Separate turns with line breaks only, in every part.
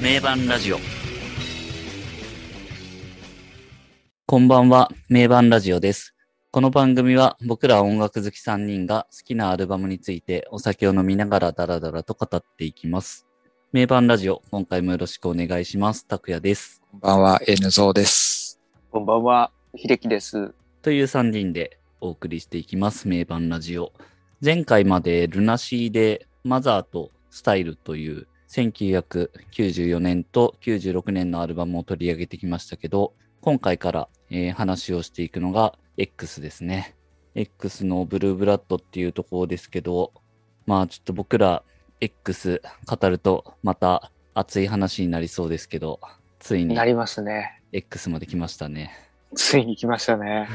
名盤ラジオ。こんばんは、名盤ラジオです。この番組は僕ら音楽好き3人が好きなアルバムについてお酒を飲みながらダラダラと語っていきます。名盤ラジオ、今回もよろしくお願いします。拓也です。
こんばんは、N ゾーです。
こんばんは、秀樹です。
という3人でお送りしていきます、名盤ラジオ。前回までルナシーでマザーとスタイルという1994年と96年のアルバムを取り上げてきましたけど、今回から、えー話をしていくのが X ですね。X のブルーブラッドっていうところですけど、まあちょっと僕ら X 語るとまた熱い話になりそうですけど、ついに
なりますね。
X まで来ましたね。
ついに来ましたね。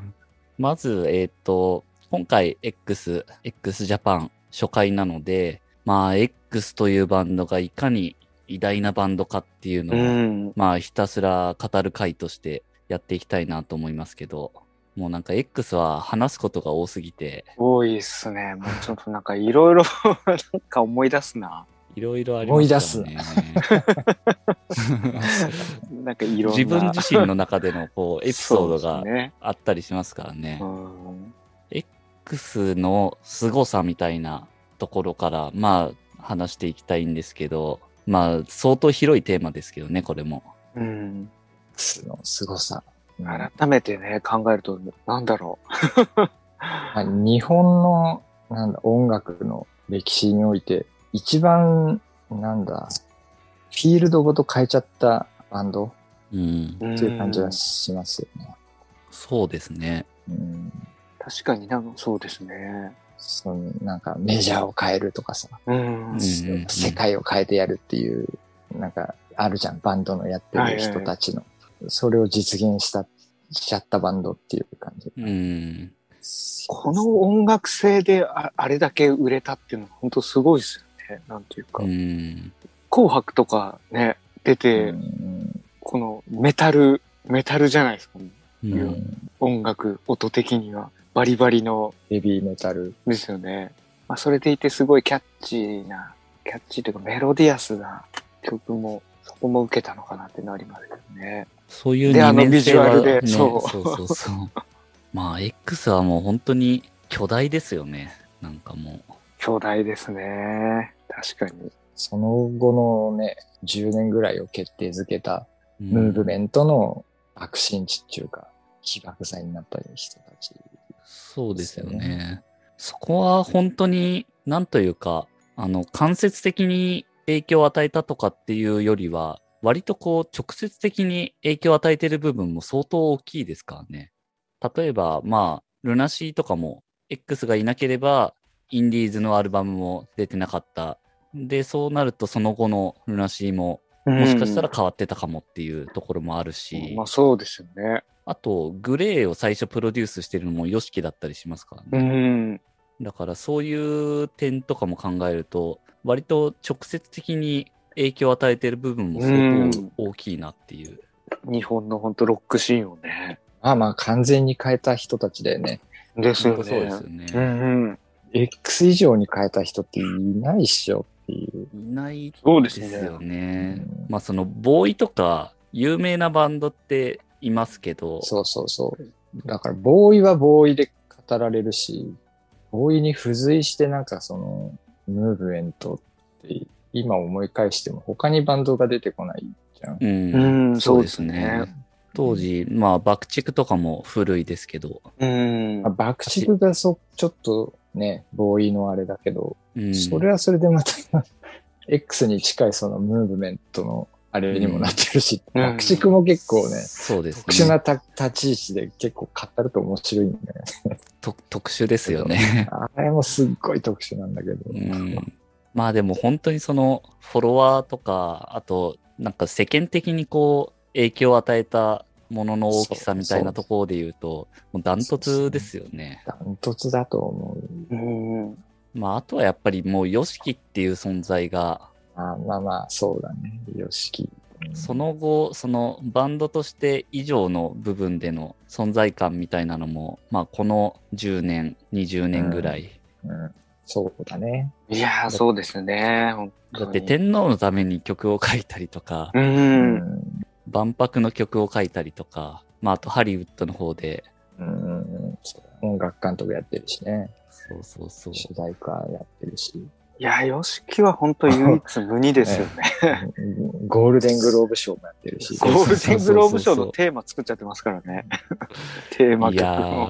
まず、えっ、と、今回 X、X ジャパン初回なので、まあ、X というバンドがいかに偉大なバンドかっていうの
う
を、
ん。
まあ、ひたすら語る回としてやっていきたいなと思いますけど、もうなんか X は話すことが多すぎて、
多いっすね。もうちょっとなんかいろいろ、 なんか思い出すな。
いろいろありますからね。
なんかいろん な。
自分自 身の中でのこうエピソード
そ
が
うですね。
あったりしますからね
う。ん。
X の凄さみたいなところから、まあ、話していきたいんですけど、まあ、相当広いテーマですけどね、これも。
うん、
X の凄さ。ま
改めてね、考えると、なんだろ
あ日本のなんだ音楽の歴史において、一番、なんだ、フィールドごと変えちゃったバンド
うん
う。。うん
という感じがしますよね。
そうですね。
うん、
確かになんかそうですね。
そのなんかメジャーを変えるとかさ、
うん。
んうんうん
世界を変えてやるっていう、なんかあるじゃん、バンドのやってる人たちの。それを実現した、しちゃったバンドっていう感じ。
うん。
この音楽性でああれだけ売れたっていうのは本当すごいですよね。なんていうか。
うん。
紅白とかね、出て、
うん
このメタル、メタルじゃないですか。
う。
うんん
音楽、音的には。バリバリの、
ヘビーメタル。
ですよね。まあ、それでいてすごいキャッチーな、キャッチーというかメロディアスな曲も、そこも受けたのかなってなりますけどね。
そういう
であの
二面性は
ビジュアルで
ね
そう
そうそうそう。 まあ、X はもう本当に巨大ですよね。なんかもう。
巨大ですね。確かに。
その後のね、10年ぐらいを決定づけた
うん
ムーブメントの爆心地っていうか、起爆剤になった人たち。
そうですよ
ですよ
ね。そこは本当に、なんというか、あの、間接的に影響を与えたとかっていうよりは、割とこう、直接的に影響を与えてる部分も相当大きいですからね。例えば、まあ、ルナシーとかも、X がいなければ、インディーズのアルバムも出てなかった。で、そうなると、その後のルナシーも、もしかしたら変わってたかもっていうところもあるし、
うん、まあそうですよね。
あと、グレーを最初プロデュースしてるのも YOSHIKI だったりしますからね。
うん。
だからそういう点とかも考えると、割と直接的に影響を与えてる部分も相当大きいなっていう。
日本の本当ロックシーンをね。
まあまあ完全に変えた人たちだよね。
ですよ
本
ね。
当そうですよね。
うんうん。
X 以上に変えた人っていないっしょっていう。
いない
そうで
ですす
ね。
よね
うん。
まあそのボーイとか有名なバンドっていますけど、
そうそうそう。だから、ボーイはボーイで語られるし、ボーイに付随してなんかその、ムーブメントって、今思い返しても他にバンドが出てこないじゃん。
うん
うん、
そ
そうう
で
ですす
ね
ね。
当時、まあ爆竹とかも古いですけど、
うん
まあ、。爆竹がそ、ちょっとね、ボーイのあれだけど、
うん
それはそれでまた、X に近いそのムーブメントのあれにもなってるし、
うん
爆竹も結構ね、
そうですね。
特殊なた立ち位置で結構語ると面白いんだよね。
と特殊ですよね。
あれもすっごい特殊なんだけど。
うんまあでも本当にそのフォロワーとか、あとなんか世間的にこう影響を与えたものの大きさみたいなところで言うと、もうダントツですよね。
ダントツだと思う。
うん。
まああとはやっぱりもう YOSHIKI っていう存在が、
あまあまあ、そうだね。よしき。うん
その後、そのバンドとして以上の部分での存在感みたいなのも、まあこの10年、20年ぐらい
うんそうだね。
いやー、そうですね。本
だ
当
って
に。
天皇のために曲を書いたりとか、
う。。
うん
万博の曲を書いたりとか、まあ、あとハリウッドの方で、
うんうんそう音楽監督やってるしね。
そうそうそう。
主題歌やってるし。
いやー、ヨシキは本当唯一無二ですよね。
うん ゴールデングローブ賞もやってるし。
そう
ゴールデングローブ賞のテーマ作っちゃってますか らね。テー
い
マ曲
や
も。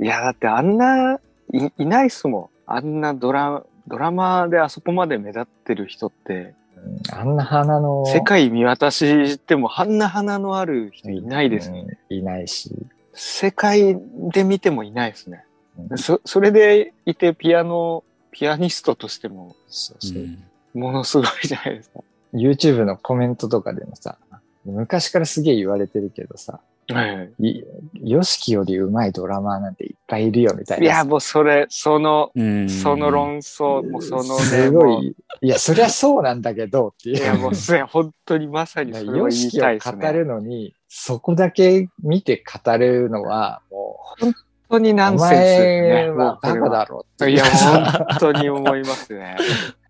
ー、
いや、だってあんな、いいないっすもん。あんなドラ、ドラマであそこまで目立ってる人って、
うんあんな花の。
世界見渡してもあんな花のある人いないですね。
うんいないし。
世界で見てもいないですね。
うん
そ、それでいてピアノ、ピアニストとしても、
そう
う、
そうん
ものすごいじゃないですか。
YouTube のコメントとかでもさ、昔からすげえ言われてるけどさ、、
はい
ヨシキより上手いドラマーなんていっぱいいるよみたい
い。い
な。
や、もうそれ、その、
うん
その論争、もうそのね、
すご
もう
い、いや、そりゃそうなんだけどってい。
いうや、もうそれ、本当にまさにそれを
ヨ
言
シ
い
キ
たい
を
ですね。
語るのに、そこだけ見て語るのは、も
本当にナ
う、お
ンセンスです
前
ね。
はバカだろって
いや、本当に思いますね。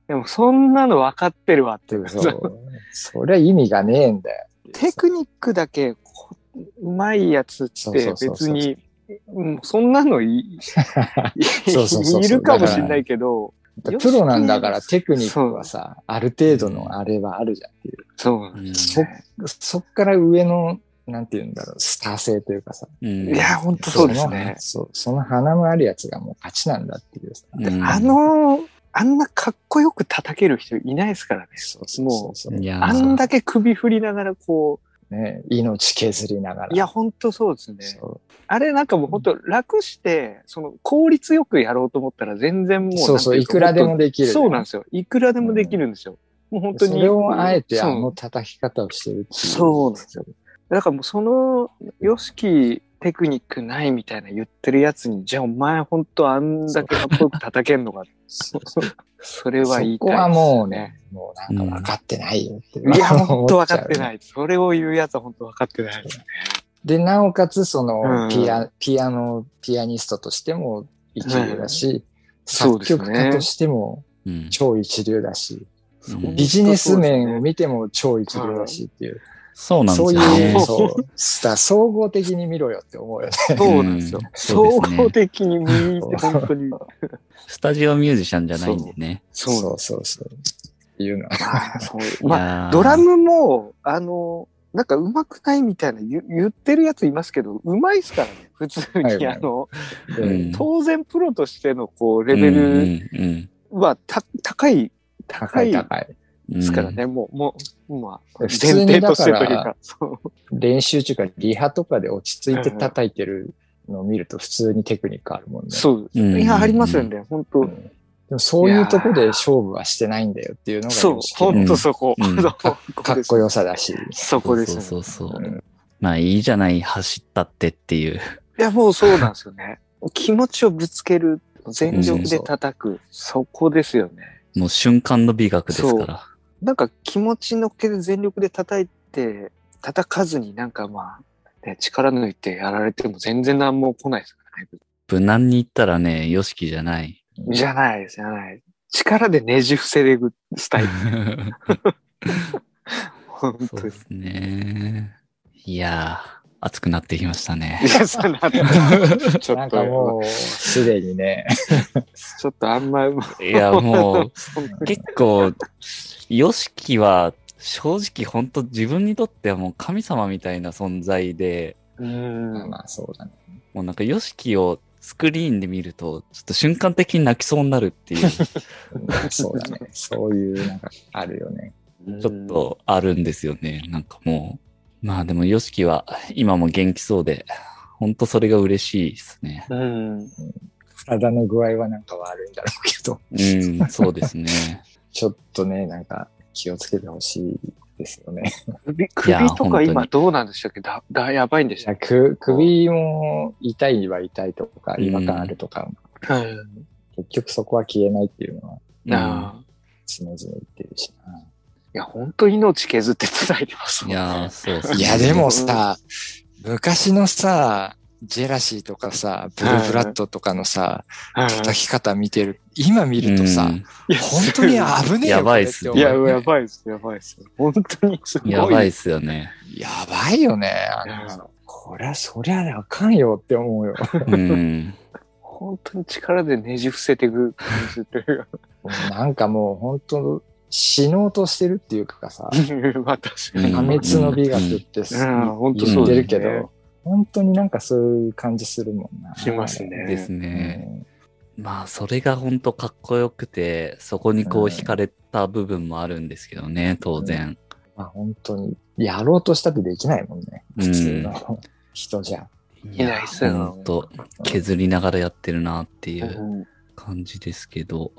でも、そんなの分かってるわっていう。
そう。そりゃ意味がねえんだよ。
テクニックだけこうまいやつっ
そう
て
そうそうそ
別
う
に、うんそんなのい
そうそうそうそう
いるかもしれないけど、
だから プロなんだからテクニックはさ、ある程度のあれはあるじゃんっていう。
そうなんですね。
そっから上の、なんて言うんだろう、スター性というかさ。
うん
いや、本当そうですね。
そのそうその花のあるやつがもう勝ちなんだっていうさ。
うん
あの、あんなかっこよく叩ける人いないですからね。
そうそうそうそう
いやー
あんだけ首振りながらこ
ね、命削りながら。
う、いや、ほんとそうですね。
そ
あれなんかもうほんと楽して、その効率よくやろうと思ったら全然もう
う
なんてい
そうそう、いくらでも
で
できる。
そうなんですよ。いくらでもできるんですよ。もう本当に。
それをあえてあ
そう
の叩き方をしてるっていう。
そうなんですよ。だからもうその、よしきテクニックないみたいな言ってるやつに、じゃあお前ほんとあんだけかっこよく叩けんのか。
そう
それは言いた
そ
い
こ
です。
はもうね、もうなんか分かってないよって。
いや、ほんと分かって
い
ない。それを言うやつはほんと分かってないですね。
で、なおかつ、その、
うん
ピア、ピアノ、ピアニストとしても一流だし、
そう
作
ですね
曲家としても
うん
超一流だし、
うん
ビジネス面を見ても超一流だしっていう、
そうなんで
そ
す
う
よ
いう、
ね。
そう、スター総合的に見ろよって思うよね。
そうなんですよ
うん。
総
そうですね
合的に見て、本当に。
スタジオミュージシャンじゃないんでね。
そう
そうそうそう。っていうのは。
まあそう。
い
まあ、
やー
ドラムも、あの、なんか上手くないみたいな言言ってるやついますけど、上手いっすからね。普通に、
はいはい
あの、
うん
当然プロとしてのこうレベル
うんうん
はた高い、高
高
い
い
で
高い。
うん
すからね。もう、もう、まあ、
普
前
通
提と
にだ
し
か
てという
ら
か、そう
練習中かリハとかで落ち着いて叩いてるのを見ると普通にテクニックあるもんね。
そう
うんうんうん
いや、ありますよね。本当
うんでもそういうとこで勝負はしてないんだよっていうのが
そう、
ん
本当そこ。
うん
そこ
かっこよさだし。
そこですよね。
そうそうそう
う
うん
ん。
まあいいじゃない、走ったってっていう。
いや、もうそうなんですよね。 気持ちをぶつける、全力で叩く、そこですよね。
もう瞬間の美学ですから。
なんか気持ちのっけで全力で叩いて、叩かずになんかまあ、ね、力抜いてやられても全然何も来ないですからね。
無難に言ったらね、ヨシキじゃない。
じゃない、じゃない。力でねじ伏せでいくス タイル。本
そ
当
うで
に。
すね。いやー、熱くなってきましたね
い。や、そんな、ちょ
な
っ
んか
と、
もう、すでにね、
ちょっとあんま、
いや、も
そんな
う、結構、ヨシキは、正直本当自分にとってはもう神様みたいな存在で、
うん。
まあそうだね。
もうなんかヨシキをスクリーンで見ると、ちょっと瞬間的に泣きそうになるって いう、ち
まあそうだね。 そういう、なんか、あるよね。
ょっとあるんですよね。なんかもう。まあでもヨシキは今も元気そうで、本当それが嬉しいですね。
うん。うん。
体の具合はなんか悪いんだろうけど、
うん、そうです ね。
ちょっとね、なんか、気をつけてほしいですよね。
首、
いや
首と
本当
か
に
今どうなんでしたっけだ、だ、やばいんでしたっ
く首も痛いは痛いとか、違和感あるとか、
けうん。
結局そこは消えないっていうのは
なあ。
常々言ってるしな。
いや、本当命削って叩いてますも
い
んね。
やー、そうっすね
いや、でもさ、昔のさ、ジェラシーとかさ、ブルーフラットとかのさ、叩き方見てる、今見
い
るとさ、
いや
本当に危ねえよ。
やばいっすね
こ
い
れ っ
や、
て思う
やばいです、やばいです。本当にすごい。
やばいっすよね。
やばいよね。あの
うん
こりゃ、そりゃあかんよって思うよ。
うん。
本当に力でねじ伏せていく感じという
なんかもう本当、死のうとしてるっていうかさ、
か、まあ確かに。
うん
破滅の美学って
うんうんうん本当
言
そう
っ
で
て
すね
るけど、本当になんかそういう感じするもんな。
しますね。
です
う
ね。
ん。
まあ、それが本当かっこよくて、そこにこう惹かれた部分もあるんですけどね、当然。
まあ本当に、やろうとしたってできないもんね。普通の人じゃ。
い
きないっすよね
本当削りながらやってるなっていううん感じですけど。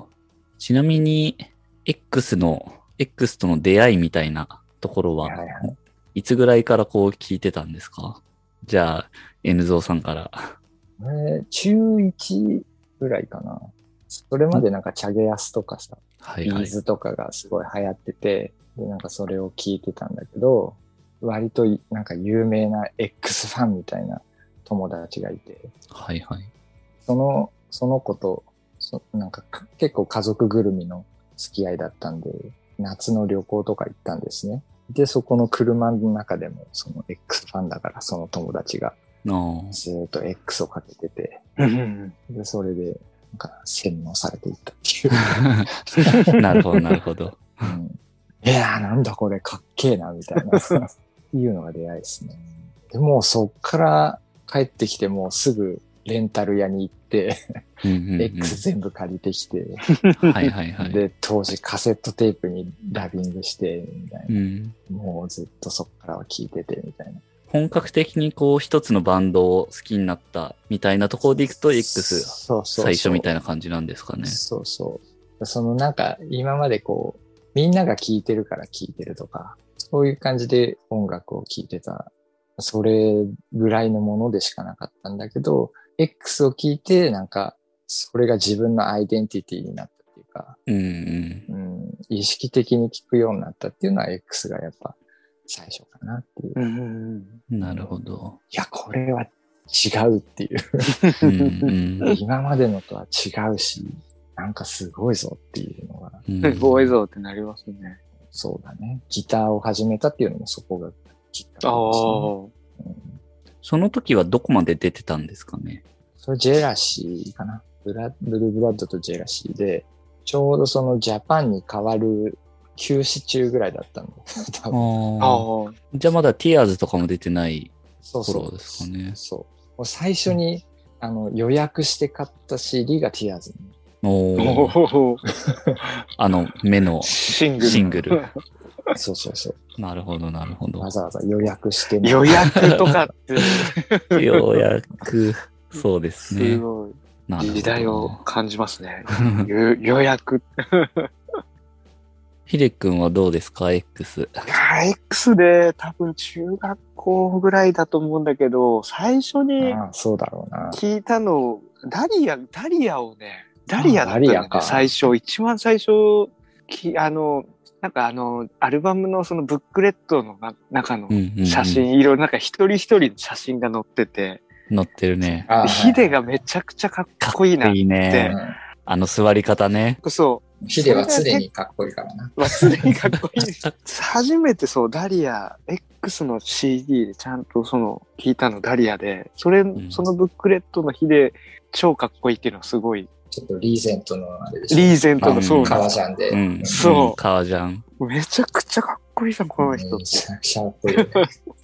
ちなみに、X の、X との出会いみたいなところ
はい
は
はい、
いつぐらいからこう聞いてたんですかじゃあ、N ゾウさんから。
えー中1ぐらいかな。それまでなんかチャゲアスとかさ、
はい
ビ
は
ー
い。
ズとかがすごい流行ってて、で、なんかそれを聞いてたんだけど、割といなんか有名な X ファンみたいな友達がいて、
はいはい。
その、その子と、そなんかか結構家族ぐるみの付き合いだったんで、夏の旅行とか行ったんですね。で、そこの車の中でも、その X ファンだから、その友達が
の
ずーっと X をかけてて、
うん。
で、それで、なんか洗脳されていったっていう
なるほど、なるほど。
うん。いやー、なんだこれ、かっけえな、みたいな、 いうのが出会いですね。でも、そっから帰ってきて、もうすぐレンタル屋に行って、
うんうんうん
X 全部借りてきて、
はいはいはい。
で、当時カセットテープにダビングして、みたい
うん、
な。もうずっとそっからは聞いてて、みたいな。
本格的にこう一つのバンドを好きになったみたいなところでいくと X
そうそうそう
最初みたいな感じなんですかね。
そうそう。そのなんか今までこう、みんなが聴いてるから聴いてるとか、そういう感じで音楽を聴いてた、それぐらいのものでしかなかったんだけど、X を聴いてなんか、それが自分のアイデンティティになったっていうか、
うんうん。
うん、意識的に聴くようになったっていうのは X がやっぱ最初かなっていう。
う
い
ん。
なるほど。
や、これは違うっていう。
う んうん
今までのとは違うし、なんかすごいぞっていうのが
うん
す ごいぞってなりますね。
そうだね。ギターを始めたっていうのもそこがきっかけです、
あ
ね
あ。。
うん
その時はどこまで出てたんですかね。
それジェラシーかな。ブラブルーブラッドとジェラシーで、ちょうどそのジャパンに変わる休止中ぐらいだったんだ。 多分
ああ。
ああ。
じゃあまだ Tears とかも出てない。
そう
そうですかね
そう。もう最初に、あの予約して買った CD が Tears に。
お
お
ー
お。
あの、目の。
シングル。
シングル。
そうそうそう。
なるほど、なるほど
わ。ざわざ予約してね
予約とかっ て、
ようやく、そうです
す
ね。
ごい。
なるほど
時代を感じますね。予予約。
ヒデ君はどうですか ?X。
いやー X で多分中学校ぐらいだと思うんだけど、最初に
ああそうだろうな。
聞いたの、ダリア、ダリアをね、ダリアだったんだ
ダ
よ
リア
ね
か、
最初、一番最初、きあの、なんかあの、アルバムのそのブックレットのな中の
うんうんうん
写真、いろいろなんか一人一人の写真が載ってて、
載ってるね。
ああ
ヒデがめちゃくちゃかっこいいな。
いいね。あの座り方ね。
そ
うんヒデは常にかっこいいからな。
う、忘れにかっこいい。初めてそう、ダリア、X の CD でちゃんとその、聞いたのダリアで、それ、
ん
そのブックレットの日で、超かっこいいっていうのはすごい、
ちょっとリーゼントのあれでしょ
リーゼントのそう
あ
革ジャンで。
うん。
そうん
革ジャン。
めちゃくちゃかっこいいじゃん、この人。
めちゃくちゃかっこいいよね。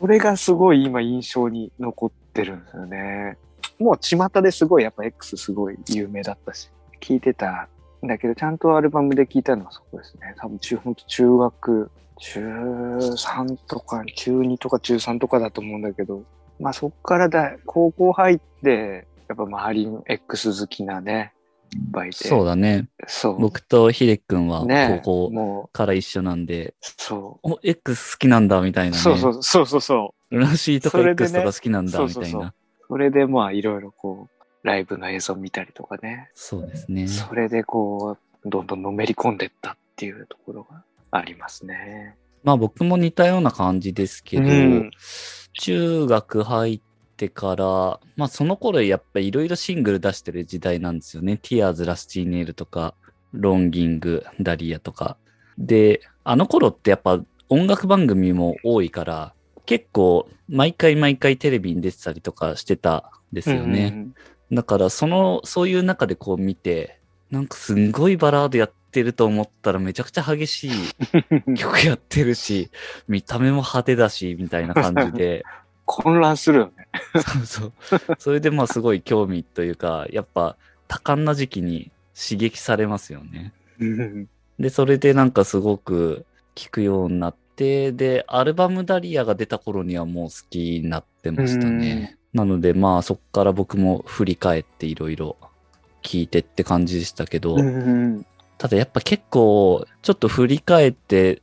それがすごい今印象に残ってるんですよね。もう巷ですごいやっぱ X すごい有名だったし、聞いてたんだけど、ちゃんとアルバムで聞いたのはそこですね。多分中、ほんと中学、中3とか、中2とか中3とかだと思うんだけど、まあそっからだ、高校入って、やっぱ周りの X 好きなね、いっぱいいて。
そうだね。
そう。
僕とヒデ君は
ね、
高校
もう、
から一緒なんで、
そ
お、X 好きなんだみたいな
う。
ね。
そうそうそうそうそう。
ルナシーとか
それでね
X とか好きなんだ
そう
み
そう
たい
そう
な。
それでまあいろいろこう、ライブの映像見たりとかね。
そうですね。
それでこう、どんどんのめり込んでったっていうところがありますね。
まあ僕も似たような感じですけど
うん、
中学入ってから、まあその頃やっぱいろいろシングル出してる時代なんですよね。ティアーズ、ラスティーネイルとか、ロンギング、ダリアとか。で、あの頃ってやっぱ音楽番組も多いから、結構毎回毎回テレビに出てたりとかしてたんですよね。
うん
だから、その、そういう中でこう見て、なんかすんごいバラードやってると思ったらめちゃくちゃ激しい曲やってるし、見た目も派手だし、みたいな感じ で、
混乱するよね。
そうそう。それでまあすごい興味というか、やっぱ多感な時期に刺激されますよね。
うん
で、それでなんかすごく聴くようになって、で、アルバムダリアが出た頃にはもう好きになってましたね。なのでまあそっから僕も振り返っていろいろ聴いてって感じでしたけど、
うん
ただやっぱ結構ちょっと振り返って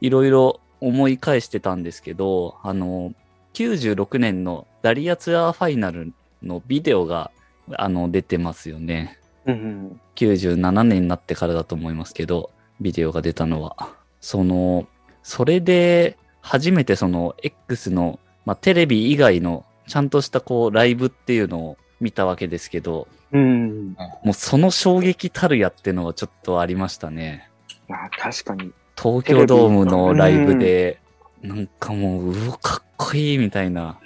いろいろ思い返してたんですけどあの96年のダリアツアーファイナルのビデオがあの出てますよね
うん
97年になってからだと思いますけどビデオが出たのはそのそれで初めてその X の、まあ、テレビ以外のちゃんとしたこうライブっていうのを見たわけですけど
うん
もうその衝撃たるやってのはちょっとありましたね
まあ確かに。
東京ドームのライブで、なんかもう、うわ、かっこいいみたいな。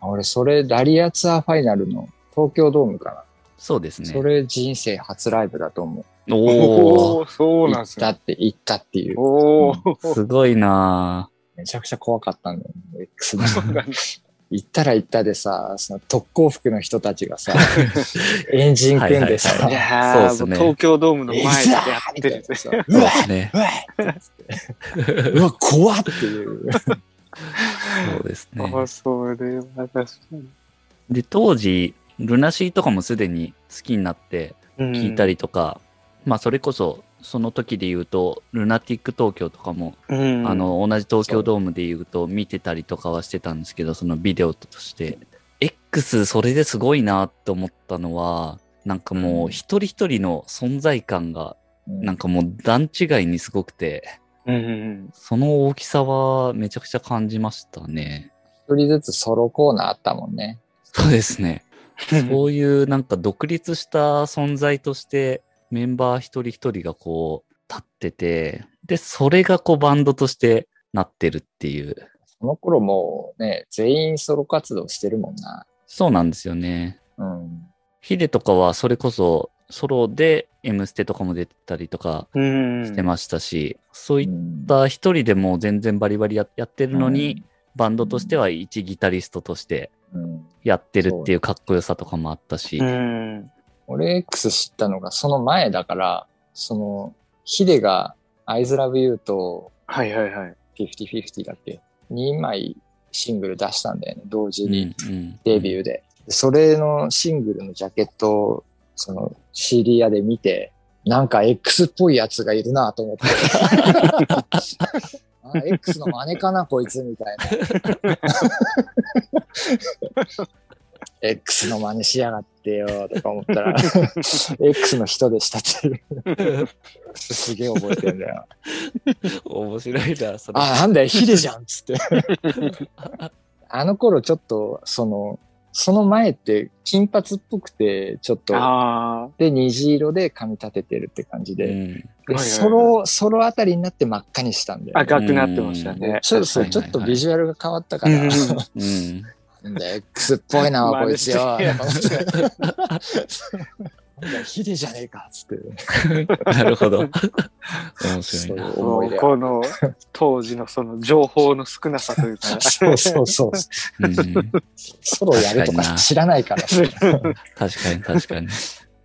あ俺、それ、ダリアツアーファイナルの東京ドームかな。
そうですね
そ。れ人生初ライブだと思う。
お
ーそう
行
なん
っ
す
た
ね。
って、行ったっていう。
おお。
お、すごいな
めちゃくちゃ怖かったんだよね、X で
そうなんだ
行ったら行ったでさ、その特攻服の人たちが さ、エンジン組んでさ、
いや
そうっすね
ー、もう東京ドームの
い
前
ざ
でやっ
み
て
た
るや
い
つ
な
ね
さ、
ぁ。そうですね。
うわうわうわ怖っって いう。
そうですね。
あそれは確かに。
で、当時、ルナシーとかもすでに好きになって聞いた
り。
りとか、まあ、それこそ、その時で言うと、ルナティック東京とかも、
うん
あ、の、同じ東京ドームで言うと見てたりとかはしてたんですけど、そのビデオとして。X、それですごいなと思ったのは、なんかもう一人一人の存在感が、なんかもう段違いにすごくて、
うん。
その大きさはめちゃくちゃ感じましたね。
一人ずつソロコーナーあったもんね。
そうです ね。そういうなんか独立した存在として、メンバー一人一人がこう立ってて、で、それがこうバンドとしてなってるっていう。
その頃もうね、全員ソロ活動してるもんな。
そうなんですよね。
うん。
ヒデとかはそれこそソロで「M ステ」とかも出てたりとか
うん。
してましたし、そういっ
ん
た一人でもう全然バリバリややってるのに、
うん
バンドとしては一ギタリストとして
うん
やってるっていうかっこよさとかもあったし、
うん。
俺 X 知ったのがその前だから、その、ヒデが I love you と
はいはいはい。
50-50だっけ ?2 枚シングル出したんだよね、同時
うん
に。
うん
デビューで。それのシングルのジャケットを、その CD 屋で見て、なんか X っぽいやつがいるなと思って。 あ X の真似かな、こいつみたいな。X の真似しやがってよとか思った ら、X の人でしたっていう。すげえ覚えてんだよ。
面白いなそれ
あ、なんだよ、ヒデじゃんっつって。 あの頃ちょっと、その、その前って金髪っぽくて、ちょっと、
あ
で、虹色で髪立ててるって感じ
う
で、
ん
で
はいはいはい
ソロ、ソロあたりになって真っ赤にしたんだ
あ。
よ、ね。
赤くなってました
う
ね。
ちょっとそう、
はい
ち
はい
ょ
は
っ
い
とビジュアルが変わったから、
うん
うん
なんだよ X っぽいな、
真
こい
似
つ
して
よ。なんかなんだよヒデじゃねえかっつって。
なるほど面
そ
白い
うい
な
う思
も
いう出。
この当時のその情報の少なさというか
そうそうそう。
うん
ソロやると
確かに
か
な
知らないから。
確かに確かに。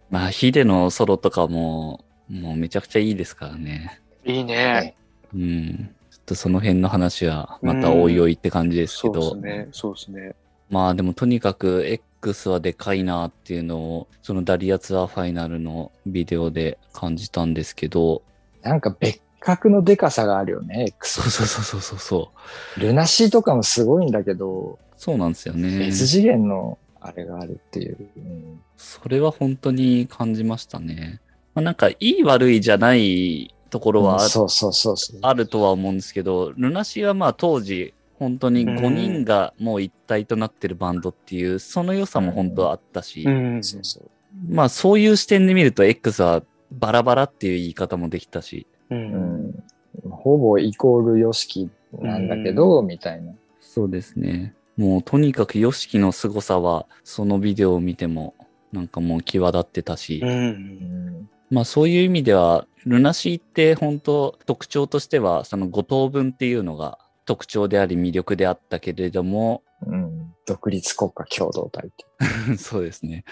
まあ、ヒデのソロとかも、もうめちゃくちゃいいですからね。
いい ね。
うん。ちょっとその辺の話はまたおいおいって感じですけ
そう
ど、
ですね。そうですね。
まあでもとにかく X はでかいなっていうのを、そのダリアツアーファイナルのビデオで感じたんですけど、
なんか別格のデカさがあるよね、X。
そうそうそうそうそうそう。
ルナシーとかもすごいんだけど、
そうなんですよね。
別次元のあれがあるっていう。うん
それは本当に感じましたね。まあ、なんかいい悪いじゃないところはあっ
そうそうそうそう。
あるとは思うんですけど、ルナシーはまあ当時本当に5人がもう一体となってるバンドっていう、その良さも本当はあったし、
うん。
そうそう。
まあそういう視点で見ると X はバラバラっていう言い方もできたし、
う。
うんん。ほぼイコールヨシキなんだけど、みたいな。
そうですね。もうとにかく YOSHIKI の凄さは、そのビデオを見ても、なんかもう際立ってたし、
うん
うん。
まあそういう意味では、ルナシーって本当特徴としては、その5等分っていうのが特徴であり魅力であったけれども、
うん。独立国家共同体って。
そうですね。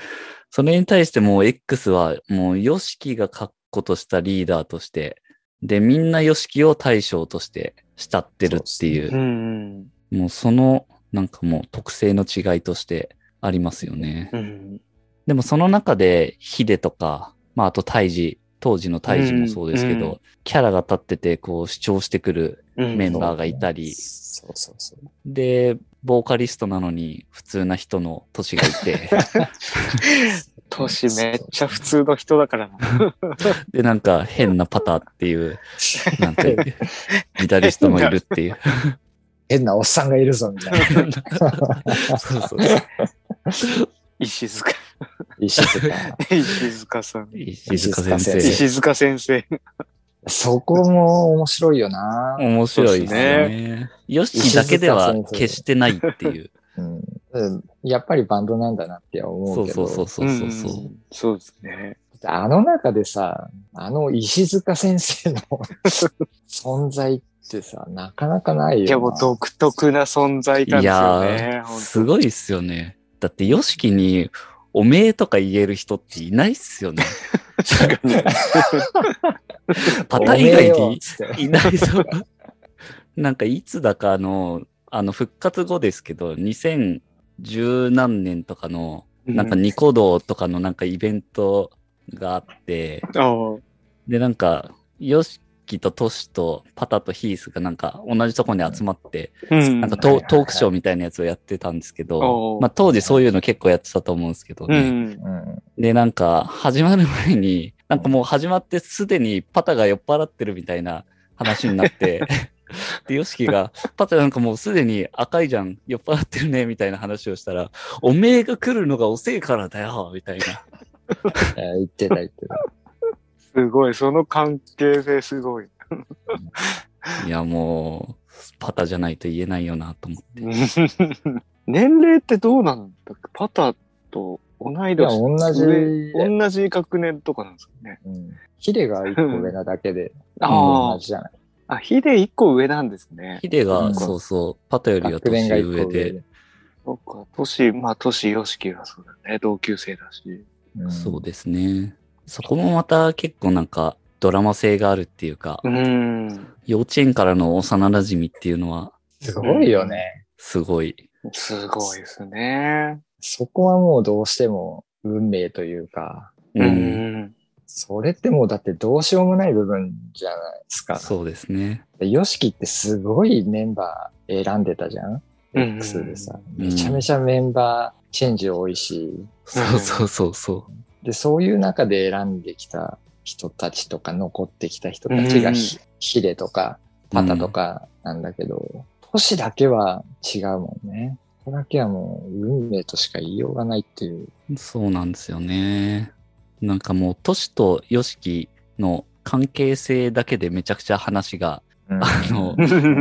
それに対してもう X はもう YOSHIKI が確固としたリーダーとして、で、みんな YOSHIKI を対象として慕ってるっていう、
うん。
もうそのなんかもう特性の違いとしてありますよね。
うん。
でもその中でヒデとか、まああとタイジ、当時のタイジもそうですけど、
うんう
キャラが立っててこう主張してくる。
うん
メンバーがいたり
そうそうそう。
で、ボーカリストなのに普通な人の都市がいて、
トシめっちゃ普通の人だか らな。
で、なんか変なパターっていう、なんかギタリストもいるっていう。
変なおっさんがいるぞ、みたいな。
そうそう。
石塚。
石塚。
石塚さん。
石塚先生。
石塚先生。
そこも面白いよな。
面白いですよね。ヨシキだけでは決してないっていう。
うん。やっぱりバンドなんだなって思
そうう
けど。
そうそうそうそうそう。
んそうですね。
あの中でさ、あの石塚先生の存在ってさ、なかなかないよな。
いや、もう独特な存在感
い
です
や
よね。
ー、
本
す ごいっすよね。だって、ヨシキに、おめえとか言える人っていないっすよ ね。
当に
パタ以外
おめえよ
に
つって
いないぞ。なんか、いつだかの、あの、復活後ですけど、2010何年とかの、なんか、ニコ動とかのなんかイベントがあって、
おう
で、なんか、ヨシキとトシとパタとヒースがなんか同じとこに集まって、
うん
なんか
はい
ト
はいはい
トークショーみたいなやつをやってたんですけど
お、ー
まあ当時そういうの結構やってたと思うんですけど
う
ね。
ん。
うん。
で、なんか、始まる前に、なんかもう始まってすでにパタが酔っ払ってるみたいな話になって、で、ヨシキが、パタなんかもうすでに赤いじゃん、酔っ払ってるね、みたいな話をしたら、おめえが来るのが遅えからだよ、みたいな。
えー言ってた言ってた。
すごい、その関係性すごい。
いや、もう、パタじゃないと言えないよな、と思って。
年齢ってどうなんだっけパターと同い年。
いや同じ
上同じ学年とかなんですかね。
うん。ヒデが一個上なだけで、
あ
同じじゃない。
あ、ヒデ一個上なんですね。
ヒデ
う
が、
ん
そうそう、パタよりは
学
年
年が一個
上
上
で、
で。
そうか、トシ、まあ、トシ、ヨシキはそうだね。同級生だし。
ん
そうですね。そこもまた結構なんか、ドラマ性があるっていうか
う、ん。
幼稚園からの幼馴染みっていうのは、
すごいよね。
すごい。
すごいですね。
そこはもうどうしても運命というか、
うん。
うん。
それってもうだってどうしようもない部分じゃないですか。
そうですね。
で、ヨシキってすごいメンバー選んでたじゃん、
うん
?X でさ。
うん
めちゃめちゃメンバーチェンジ多いし、
そうそうそうそ
で、そういう中で選んできた人たちとか残ってきた人たちがひヒデとかパタとかなんだけど、都市だけは違うもんね。ここだけはもう運命としか言いようがないっていう。
う。そうなんですよね。なんかもう、トシとヨシキの関係性だけでめちゃくちゃ話が、あの、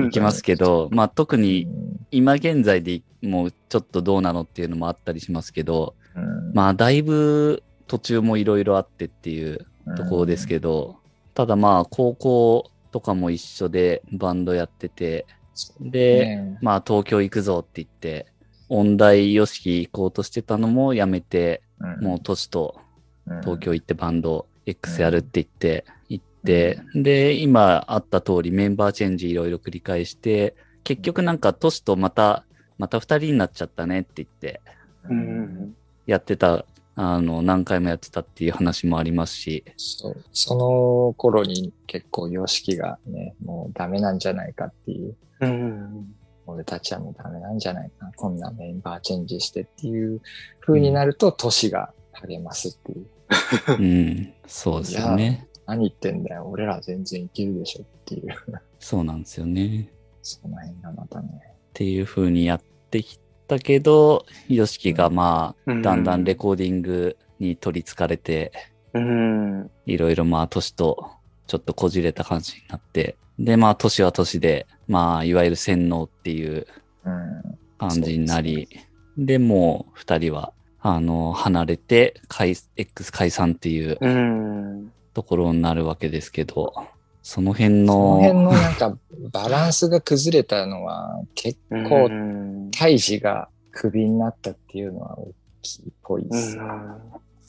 いきますけど、まあ特に今現在でもうちょっとどうなのっていうのもあったりしますけど、まあだいぶ途中もいろいろあってっていう
あ
ところですけど、ただまあ高校とかも一緒でバンドやってて、で、
ね
まあ東京行くぞって言って、音大よしき行こうとしてたのもやめて、もう都市と東京行ってバンド X やるって言って、行って、で、今あった通りメンバーチェンジいろいろ繰り返して、結局なんか都市とまた、また二人になっちゃったねって言って、
う
うん
ん。
やってた、あの、何回もやってたっていう話もありますし、
そうその頃に結構様式がね、もうダメなんじゃないかっていう、
うん。
俺たちはもうダメなんじゃないかな、こんなメンバーチェンジしてっていう風になると、都市が励ますっていう。
うん、そうですよね。
何言ってんだよ、俺ら全然いけるでしょっていう、
そうなんですよね。
その辺がまたね。
っていう風にやってきたけど、ヨシキがま
う
あ、だんだんレコーディングに取り憑かれて、
うん。
いろいろまあ、年とちょっとこじれた感じになって、でまあ、年は年で、まあ、いわゆる洗脳っていう
うん。
感じになり、で、もう二人は、あの、離れて、解 X 解散っていう
うん。
ところになるわけですけど、その辺
その辺
の、
のなんか、バランスが崩れたのは、結
うん
こう
うん。
胎児がクビになったっていうのは大きいっぽいです。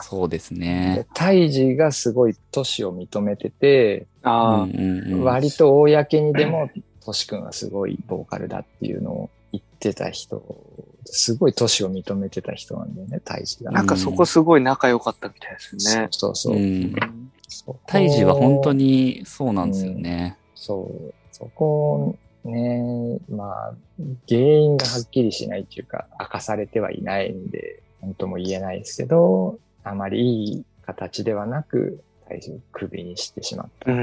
そうです
で
ね。
胎児がすごい都市を認めてて、
うん
ああ、
うんうん
割と公にでも、トシ君はすごいボーカルだっていうのを言ってた人、すごい都市を認めてた人なんだよね、胎児が。
なんかそこすごい仲良かったみたいですね。
そうそうそう。
うん胎児は本当。にそうなんですよね。
そう。そこをね、まあ、原因がはっきりしないっていうか、明かされてはいないんで、本当も言えないですけど、あまりいい形ではなく、体重をクビにしてしまった。
うん
う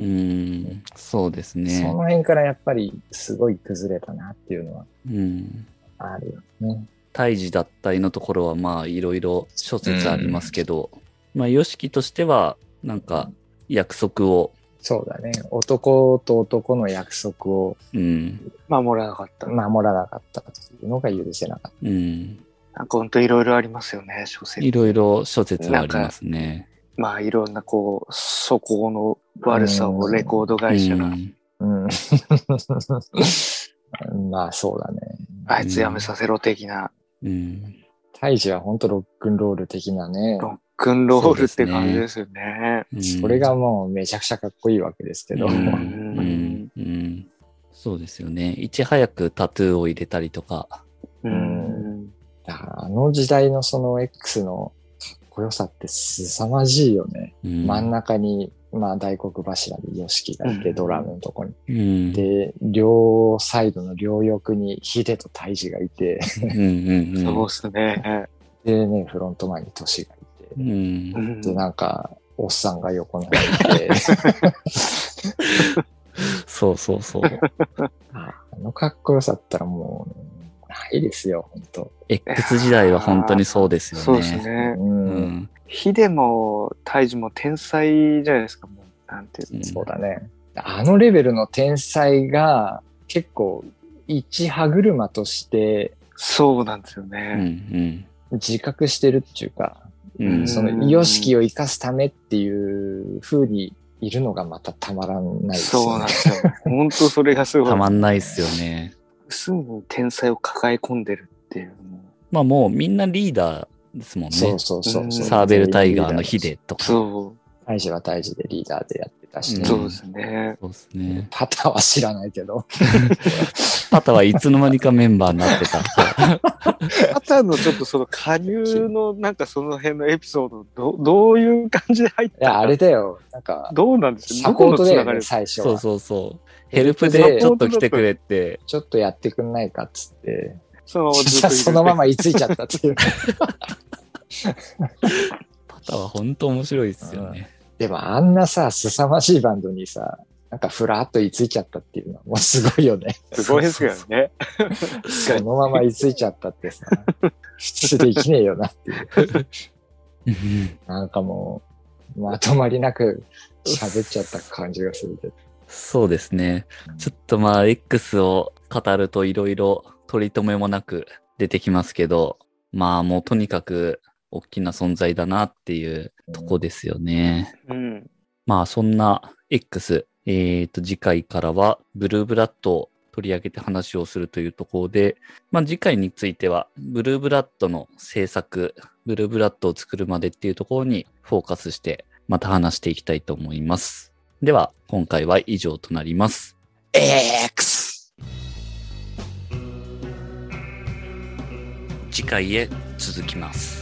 ん、。そうです
そ
ね
の。辺からやっぱりすごい崩れたなっていうのは
うん。
あるよね。
胎児脱退のところはまあいろいろ諸説ありますけど、まあ、ヨシキとしては、なんか約束を、
そうだね。男と男の約束を
うん、
守らなかった。
守らなかったっていうのが許せなかっ
うん、
なんか本当いろいろありますよね、小説
い。ろいろ諸説はありますね。
まあいろんなこう、素行の悪さをレコード会社
う
が、
ん
た。うん。 まあそうだね。
あいつやめさせろ的な、
うん
胎児は本当ロックンロール的なね。
ロックンロールって感じですよね。
うん
それがもうめちゃくちゃかっこいいわけですけど、
うん
ね
うんうんそうですよね。いち早くタトゥーを入れたりとか。
う
うん
ん。
だからあの時代のその X のかっこよさって凄まじいよね。
うん
真ん中に、まあ大黒柱で y o s がいて、
うん
ドラムのとこに。
うん
で、両サイドの両翼にヒデと胎児がいて、
うんうんうん
そうですね。
でね、フロント前にトシがいて、
うん
うん
で、なんか、おっさんが横にいて、
そうそうそう。
あのかっこよさったらもう、ないですよ、本当
X 時代は本当にそうですよね。
そうです。ね。
う
うん、
ん。
ヒデもタイジも天才じゃないですか、もう。なんていうの。
そうだね。あのレベルの天才が結構一歯車として
そうなんです
う
よ
ん
ね。
自覚してるっていうか、
うん。うん。
その良しきを生かすためっていう風にいるのがまたたまらないです
そう
よ
なん
ね
で。すよ。本当それがすご
た
い。
まんないっすよね。
すぐに天才を抱え込んでるっていうのも。
まあもうみんなリーダーですもん
そ
ね
う。そうそうそう。
サーベルタイガーのヒ。デとか。そ
そ
大事は大事でリーダーでやってたし
う
う、
ん
ね。
そうですね。
うですね。
パタは知らないけど。
パタはいつの間にかメンバーになってた。
あとはのちょっとその加入のなんかその辺のエピソード、どどういう感じで入っ
いや、
た
あ
の
れだよ。なんか、
どうなんですか
サポート
どこのつ
で、
ながりですか
最初
そう
は。
そうそう。ヘルプでちょっと来てくれって。
ちょっとやってくんないかっつって。
そのままずっといる
そのまま居ついちゃったっていう。
パタは本当面白いですよね。
でもあんなさ、凄まじいバンドにさ、なんかふらっと居ついちゃったっていうのはもうすごいよね。
すごいですよ ね。
そのまま居ついちゃったってさ、普通できねえよなっていう。
うん
なんかもう、まとまりなく喋っちゃった感じがするけど。
そうですね。ちょっとまあ X を語るといろいろ取り留めもなく出てきますけど、まあもうとにかく大きな存在だなっていうとこですよね。
うん。
まあそんな X、えっ、と次回からはブルーブラッドを取り上げて話をするというところで、まあ次回についてはブルーブラッドの制作、ブルーブラッドを作るまでっていうところにフォーカスしてまた話していきたいと思います。では今回は以上となります。X! 次回へ続きます。